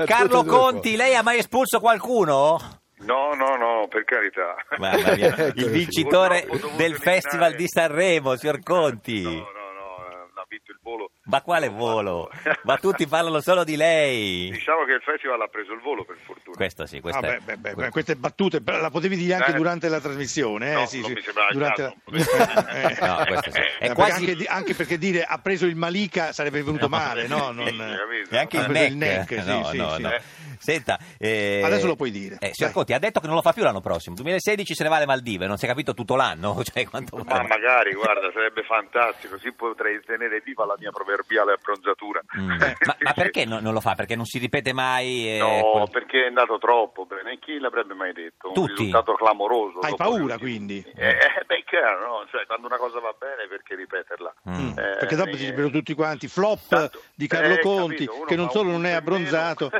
Carlo tutte Eh, e due Conti, lei ha mai espulso qualcuno? No, no, no, per carità. Mamma mia, il Eccoci. vincitore Ho dovuto del eliminare- Festival di Sanremo, signor Conti. No, no, no, eh, ha vinto il volo. Ma quale volo? Ma tutti parlano solo di lei. Diciamo che il festival ha preso il volo, per fortuna. Questo sì, questo Ah, è... beh, beh, beh, beh, queste battute però la potevi dire anche Eh. durante la trasmissione. eh, No, sì, non sì, mi sembrava il durante caso. No, questo sì. È Eh, perché quasi- Eh, anche, di- anche perché dire ha preso il Malika sarebbe venuto male, no? Non- Sì, capito? E Eh, anche Ha il neck. preso Ah, il neck, sì, no, sì, no, sì. no. Eh. Senta, eh, Adesso lo puoi dire. Eh, signor Dai. Conti ha detto che non lo fa più l'anno prossimo. 2016 se ne va alle Maldive, non si è capito tutto l'anno. Cioè, quanto Ma magari, guarda, sarebbe fantastico, così potrei tenere viva la mia proverbiale abbronzatura. Mm. Ma, ma perché non, non lo fa? Perché non si ripete mai? eh, No, quel- perché è andato troppo bene. E Chi l'avrebbe mai detto? Un Tutti. risultato clamoroso. Hai dopo- paura, quindi? Eh, eh, beh, è chiaro, no? Cioè, quando una cosa va bene, perché ripeterla? Mm. Eh, perché dopo eh, ci direbbero tutti quanti flop tanto- di Carlo eh, Conti capito, uno che non fa solo un non è punto in meno. abbronzato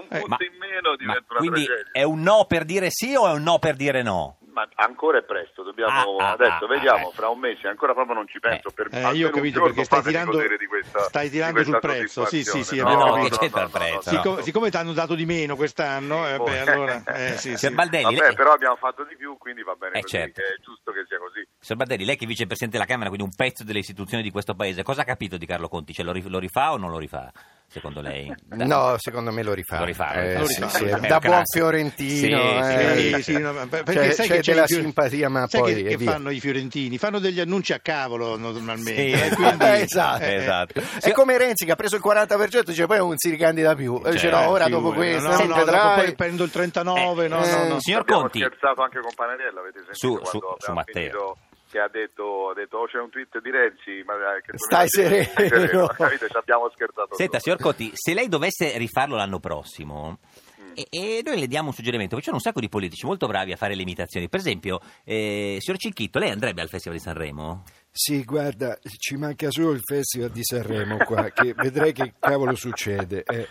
un Eh, punto in meno ma diventa una quindi tragedia. è un no per dire sì o è un no per dire no? Ma ancora è presto, dobbiamo Ah, ah, adesso ah, vediamo, ah, fra un mese, ancora proprio non ci penso. Per, Eh, almeno io ho un capito giorno perché stai fatemi tirando- godere di questa- stai di tirando sul questa prezzo, sì, sì, sì, soddisfazione. abbiamo No, capito. no, no, Che c'entra il no, no, prezzo? no. Siccome, siccome ti hanno dato di meno quest'anno, eh, Poi- beh, allora, eh, sì, Signor sì. Baldelli, Vabbè, lei, però abbiamo fatto di più, quindi va bene Eh, così. certo. È giusto che sia così. signor Baldelli, lei che è vicepresidente della Camera, quindi un pezzo delle istituzioni di questo paese, cosa ha capito di Carlo Conti? Cioè, lo, ri- lo rifà o non lo rifà? Secondo lei? No, secondo me lo rifà. Lo rifà, Eh, lo rifà. sì, sì, Lo rifà. Da È un buon classico. fiorentino. Sì, eh. Sì, sì, no, ma per- perché c'è, sai c'è che c'è della il fior- simpatia, ma sai poi che, e che via. fanno i fiorentini? Fanno degli annunci a cavolo Sì, normalmente. eh, esatto, quindi- esatto. eh, eh. esatto. È come Renzi che ha preso il 40%, dice poi non si ricandida più. E Dice Certo, no, ora Cioè, Figura, dopo questo, no, non no, vedrai. dopo poi prendo il 39, no, no, eh, no. Signor Abbiamo Conti, scherzato anche con Panarella, avete sentito Su- su- quando su abbiamo Matteo. finito che ha detto, ha detto "Oh, c'è un tweet di Renzi, ma dai, che Stai tornate- sereno. Capite, ci abbiamo scherzato. Senta, sopra. signor Cotti, se lei dovesse rifarlo l'anno prossimo. Mm. E, e noi le diamo un suggerimento, perché c'erano un sacco di politici molto bravi a fare le imitazioni. Per esempio, eh, signor Cinchitto, lei andrebbe al Festival di Sanremo? Sì, guarda, ci manca solo il Festival di Sanremo qua, che vedrei che cavolo succede. eh.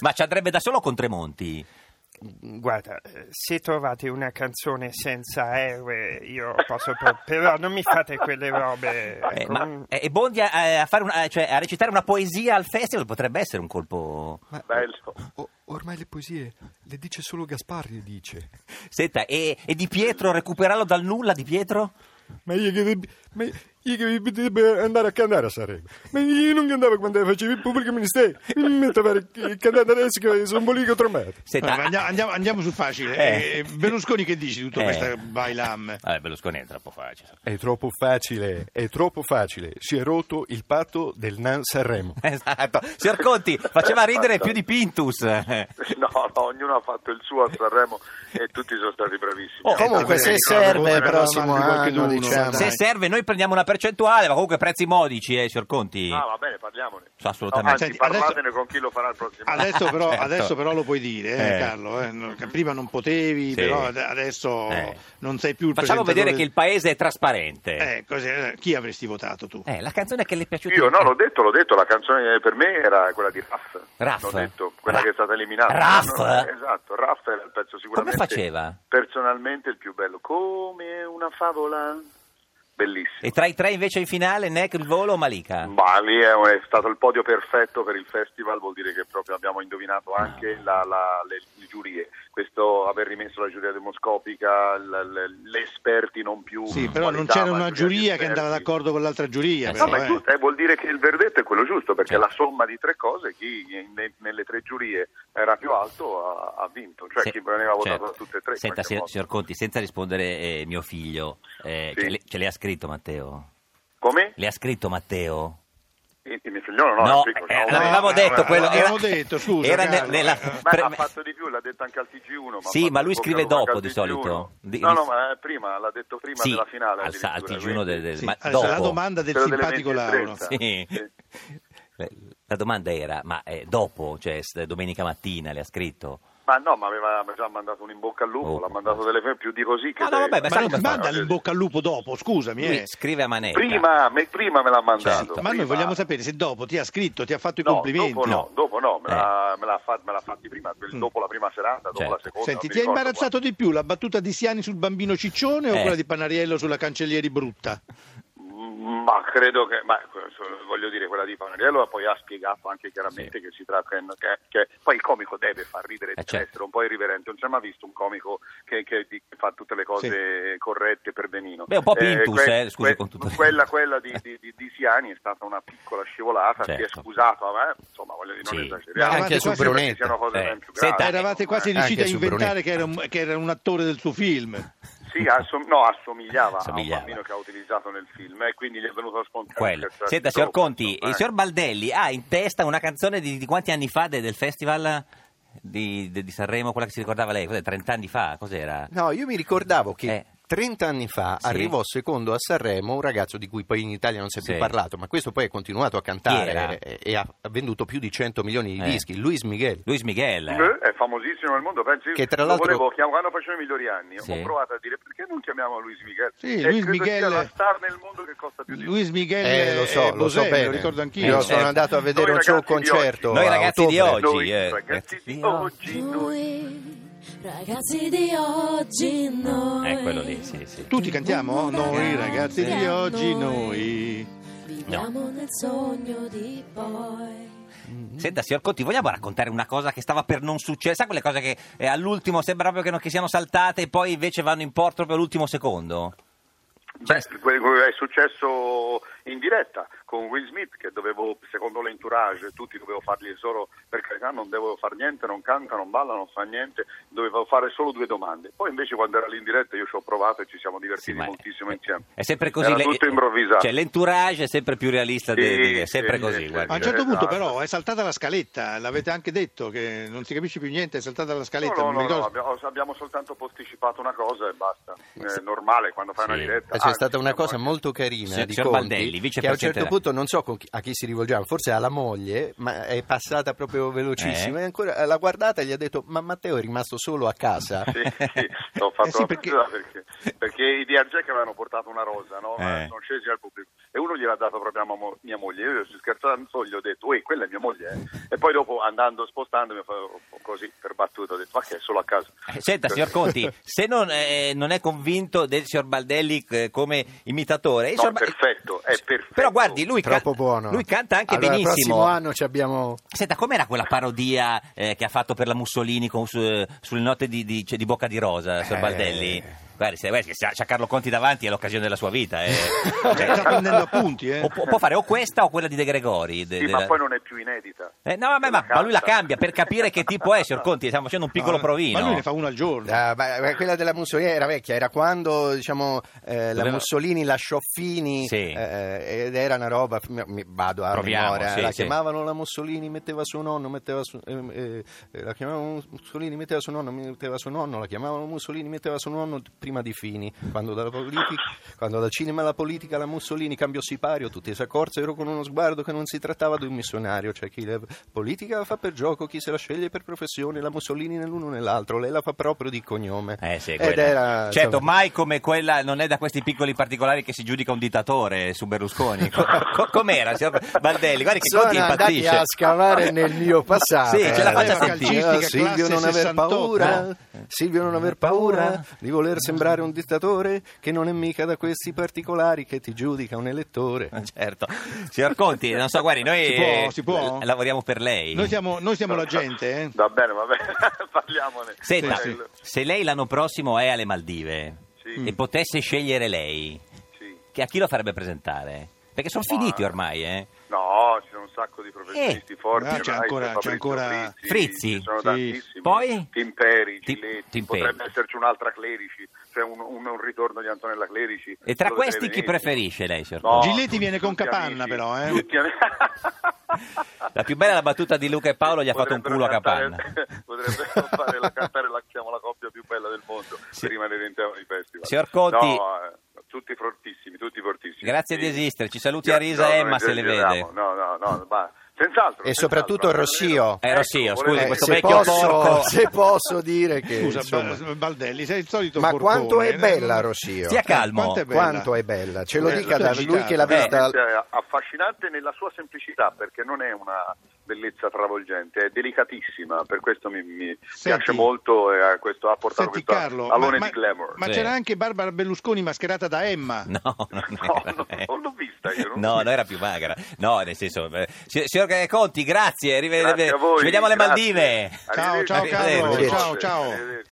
Ma ci andrebbe da solo con Tremonti? Guarda, eh, se trovate una canzone senza R, io posso. pro- però non mi fate quelle robe. Eh, ecco, ma, non- eh, e Bondi a, eh, a fare una- eh, cioè, a recitare una poesia al festival potrebbe essere un colpo. Ma Bello. o- ormai le poesie le dice solo Gasparri, dice. Senta, e, e Di Pietro, recuperarlo dal nulla Di Pietro? Ma io che, deb- ma io che debbo andare a cantare a Sanremo. Ma io non cantavo quando facevo il pubblico ministero. Mi metto a fare il cantante adesso che sono un bolico tromato. Senta, ah, Allora, Eh, andiamo, andiamo- andiamo sul facile. Eh. Eh, Berlusconi che dici di tutto Eh. questa bailam? Vabbè, Berlusconi è troppo facile. È troppo facile, è troppo facile. Si è rotto il patto del Nan Sanremo. Esatto. Signor Conti, faceva Esatto. ridere più di Pintus. Oh, No, no, ognuno ha fatto il suo a Sanremo e tutti sono stati bravissimi. Oh, Comunque, Eh, se sì, serve ricordo, il prossimo manco anno, qualcheduno, diciamo. dai. Se serve, noi prendiamo una percentuale, ma comunque prezzi modici, eh, signor Conti. Ah, va bene, parliamone. Assolutamente. Anzi, Senti, adesso- parlatene con chi lo farà il prossimo. anno. Adesso però, Certo. adesso però lo puoi dire, eh, Eh. Carlo. eh, no, che prima non potevi, Sì. però ad- adesso Eh. non sei più il Facciamo vedere che presentatore- il paese è trasparente. Eh, così, eh, chi avresti votato tu? Eh, la canzone che le è piaciuta. Io no, l'ho detto, l'ho detto, la canzone per me era quella di Raff. Raff? L'ho detto, quella Ra- che è stata eliminata. Raff? No, esatto, Raff era il pezzo sicuramente. Come faceva? Personalmente il più bello, come una favola. Bellissimo. E tra i tre invece in finale, Neck, il volo o Malika? Ma lì è, è stato il podio perfetto per il festival, vuol dire che proprio abbiamo indovinato Ah. anche la- la- le, le giurie. Questo aver rimesso la giuria demoscopica, l- l- gli esperti non più. Sì, però non qualità, c'era ma una di giuria che andava esperti. d'accordo con l'altra giuria. Eh, però, No, ma è eh. giusto, eh, vuol dire che il verdetto è quello giusto, perché Certo. la somma di tre cose, chi ne- nelle tre giurie era più alto ha, ha vinto, cioè Se- chi veniva votato certo. da tutte e tre. in Senta, qualche signor, modo. signor Conti, senza rispondere eh, mio figlio, eh, Sì. ce, le, ce le ha scritto Matteo? Come? Le ha scritto Matteo? Il, il mio figliolo no, è piccolo, eh, no, l'avevamo no, detto no, quello. l'avevamo detto, scusa, Era ne- Carlo. nella- Ma pre- ha fatto di più, l'ha detto anche al TG1. ha Sì, fatto ma lui il scrive vocale dopo, anche di al solito. TG1. Di- No, no, ma eh, prima, l'ha detto prima sì, della finale. al, sa- al addirittura, TG1 del, quindi. del- Sì, ma adesso dopo. la domanda del Quello delle simpatico 20 e Lauro. 30. Sì. Sì. Eh, La domanda era, ma eh, dopo, cioè s- domenica mattina le ha scritto? Ma no, ma aveva già mandato un in bocca al lupo, Oh. l'ha mandato delle più di così. Che Eh, Ah, no, vabbè, ma Ma sai non come ti fa? manda in bocca al lupo dopo, scusami. Lui eh. scrive a Manetta. Prima, me, prima me l'ha mandato. Certo. Ma noi prima. vogliamo sapere se dopo ti ha scritto, ti ha fatto i No, complimenti. Mm. dopo no, No. dopo no, me Eh. l'ha, me l'ha fa- me l'ha fatti prima, quel- dopo la prima serata, dopo Certo. la seconda. Senti, non mi ti ha ricordo imbarazzato di più la battuta di Siani sul bambino ciccione o Eh. quella di Panariello sulla cancellieri brutta? quando. Mm, Ma credo che, ma, eh, voglio dire, quella di Panariello poi ha spiegato anche chiaramente che si tratta, che, che poi il comico deve far ridere, Eh, deve certo. essere un po' irriverente, non c'è mai visto un comico che, che di- che fa tutte le cose corrette per benino. Beh, un po' Pintus, que- eh, scusi, con tutto il- Quella, quella di, di, di- di Siani è stata una piccola scivolata, si è Certo. scusato, ma eh, insomma, voglio dire, non Sì. esageriamo. Ma anche Sembra su che Brunetta. siano cose Eh, ben più senta, gravi, Ah, Eravate insomma, quasi eh. riusciti a Anche su inventare che era, un, che era un attore del suo film. Eh, Sì, assom- no, assomigliava, Assomigliava. a un bambino che ha utilizzato nel film e quindi gli è venuto spontaneo. Quello. certo, Senta, troppo, signor Conti, insomma, il eh. signor Baldelli ha in testa una canzone di, di quanti anni fa de- del festival di, de- di Sanremo, quella che si ricordava lei, cos'è, 30 anni fa, cos'era? No, io mi ricordavo che Eh. 30 anni fa Sì. arrivò secondo a Sanremo un ragazzo di cui poi in Italia non si è più Sì. parlato, ma questo poi è continuato a Chi era? cantare eh, e ha ha venduto più di 100 milioni di Eh. dischi, Luis Miguel. Luis Miguel. Eh, È famosissimo nel mondo, penso io Che tra lo l'altro- volevo chiam- quando facevo i migliori anni, Sì. ho provato a dire perché non chiamiamo Luis Miguel? Sì, E Luis credo Miguel- sia la star nel mondo che costa più di lui. Luis Miguel Eh, lo so, e lo so Bosè, me bene. lo ricordo anch'io. Io Eh, sono certo. andato a vedere Noi un suo ragazzi di oggi. concerto. Noi a ragazzi di ottobre. oggi, Noi cioè, eh, ragazzi di ragazzi, oggi, noi. Noi, ragazzi di oggi, noi. Eh, quello lì, sì, sì. Tutti cantiamo? "Oh, Noi ragazzi di Sì. oggi, noi. Viviamo nel sogno di poi. Senta, signor Conti, vogliamo raccontare una cosa che stava per non succedere? Sa quelle cose che eh, all'ultimo sembra proprio che, non, che siano saltate e poi invece vanno in porto proprio all'ultimo secondo? Cioè, Beh, Cioè, que- que- è successo in diretta con Will Smith che dovevo, secondo l'entourage, tutti dovevo fargli solo, per carità non dovevo fare niente, non canta, non balla, non fa niente, dovevo fare solo due domande. Poi invece quando era lì in diretta io ci ho provato e ci siamo divertiti Sì, ma è- moltissimo è- insieme. È sempre così. Era lei- tutto improvvisato. Cioè, l'entourage è sempre più realista. Sì, de- de- è sì, sempre sì, così, sì. guardi. A un certo Esatto. punto però è saltata la scaletta, l'avete anche detto che non si capisce più niente, è saltata la No, scaletta. no, non mi no, no, ricordo- abbiamo, abbiamo soltanto posticipato una cosa e basta. È normale quando fai Sì. una diretta. Eh, Ma C'è anzi, stata una siamo- cosa molto carina Signor- di signor Conti, Baldelli, che a un vicepresidente certo della- punto non so con chi- a chi si rivolgeva, forse alla moglie, ma è passata proprio velocissima Eh. e ancora l'ha guardata e gli ha detto ma Matteo è rimasto solo a casa? Sì, sì, l'ho fatto Eh sì, la perché- battuta perché... perché i DRJ che avevano portato una rosa, no? Ma Eh. sono scesi al pubblico e uno gliel'ha dato proprio a mo- mia moglie. Io ci scherzando gli ho detto, uè, quella è mia moglie. eh." E poi dopo andando, spostandomi, ho fatto così per battuta, ho detto, ma che è solo a casa. Eh, Senta, signor Conti, se non, eh, non è convinto del signor Baldelli eh, come imitatore, il No, signor Ba- perfetto, è perfetto. Però guardi, lui, can- Troppo buono. lui canta anche Allora, Il benissimo. prossimo anno ci abbiamo... Senta, com'era quella parodia eh, che ha fatto per la Mussolini con- su- sulle note di, di- cioè, di Bocca di Rosa, Eh. signor Baldelli? Guardi, se, guardi, se c'ha Carlo Conti davanti è l'occasione della sua vita. eh. Cioè, Sta prendendo appunti, eh. o può può fare o questa o quella di De Gregori. de- Sì, della- ma poi non è più inedita. Eh, no, ma, ma- ma lui la cambia per capire che tipo è, signor Conti. Stiamo facendo un piccolo Ma- provino. Ah, Ma lui ne fa uno al giorno. Ah, ma- ma quella della Mussolini era vecchia, era quando diciamo, eh, la Doveva- Mussolini lasciò Fini Sì. eh, ed era una roba, mi- mi- vado a Proviamo, memoria, sì, la sì. chiamavano la Mussolini, metteva suo nonno, metteva su- ehm, eh, eh, la chiamavano Mussolini, metteva suo nonno, metteva suo nonno, la chiamavano Mussolini, metteva suo nonno prima di Fini, quando dalla, politica, quando dal cinema alla politica la Mussolini cambiò sipario, tutti si accorsero con uno sguardo che non si trattava di un missionario, cioè chi la politica la fa per gioco, chi se la sceglie per professione, la Mussolini nell'uno nell'altro, lei la fa proprio di cognome. Eh sì, Ed quella. era, certo, insomma, mai come quella, non è da questi piccoli particolari che si giudica un dittatore su Berlusconi. Co- co- com'era, signor Baldelli? Guardi che sono Conti andati impazzisce. a scavare nel mio passato. Sì, ce la faccia Eh, sentire. calcistica, Silvio Silvio non classe aver 68. Eh. paura. Silvio non aver paura Paura. di voler sembrare un dittatore che non è mica da questi particolari che ti giudica un elettore. Certo. Signor Conti, non so, guardi, noi Si può, eh, si può? l- lavoriamo per lei. Noi siamo, noi siamo la gente, eh. Va bene, va bene, parliamone. Senta, Sì, sì. se lei l'anno prossimo è alle Maldive Sì. e potesse scegliere lei, Sì. che- a chi lo farebbe presentare? Perché sono Ma- finiti ormai, eh? No, ci sono un sacco di professionisti forti. Ah, c'è ormai, ancora- c'è Fabrizio ancora- Frizzi? Ci sono Sì. tantissimi. Poi? Timperi, Ti- Giletti, Timperi. potrebbe esserci un'altra Clerici, cioè un, un- un ritorno di Antonella Clerici. E tra Lo vedrete questi chi benissimo. preferisce lei, signor No, Conti? Giletti tutti- viene con tutti Capanna, amici, però, eh. tutti ami- La più bella è la battuta di Luca e Paolo gli ha fatto un culo Potrebbero a cantare- capanna. Potrebbero fare la, cantare la, siamo la coppia più bella del mondo Sì. per rimanere in tema di festival. Signor Conti- No, eh, tutti fortissimi, tutti fortissimi. Grazie Sì. di esistere, ci saluti a Io- Risa no, Emma non se le esageriamo, vede. No, no, no, ma senz'altro. E senz'altro, soprattutto almeno- Rossio. Eh, Rossio, volevo scusi, dire- Eh, questo se, vecchio porco. posso, se posso dire che... Scusa, Eh, insomma, Ba- Baldelli, sei il solito ma porcone, quanto è eh. bella Rossio? Stia calmo. Quanto è bella. Quanto è bella, ce lo Eh, dica tutto da agitato. lui che l'ha Eh, vista Cioè, Affascinante nella sua semplicità perché non è una bellezza travolgente, è delicatissima, per questo mi, mi Senti. piace molto e ha, questo, ha portato Senti questo Carlo, alone ma, ma- di glamour. ma Sì. c'era anche Barbara Berlusconi mascherata da Emma. No, non No, era no, lei. non l'ho vista io, non l'ho No, vista. no, era più magra. No, nel senso, eh, si- signor Conti, grazie. arrivederci. Grazie a voi. eh, Ci vediamo alle grazie. Maldive. Ciao, ciao Arrivederci. Carlo, Arrivederci. ciao, ciao. Arrivederci.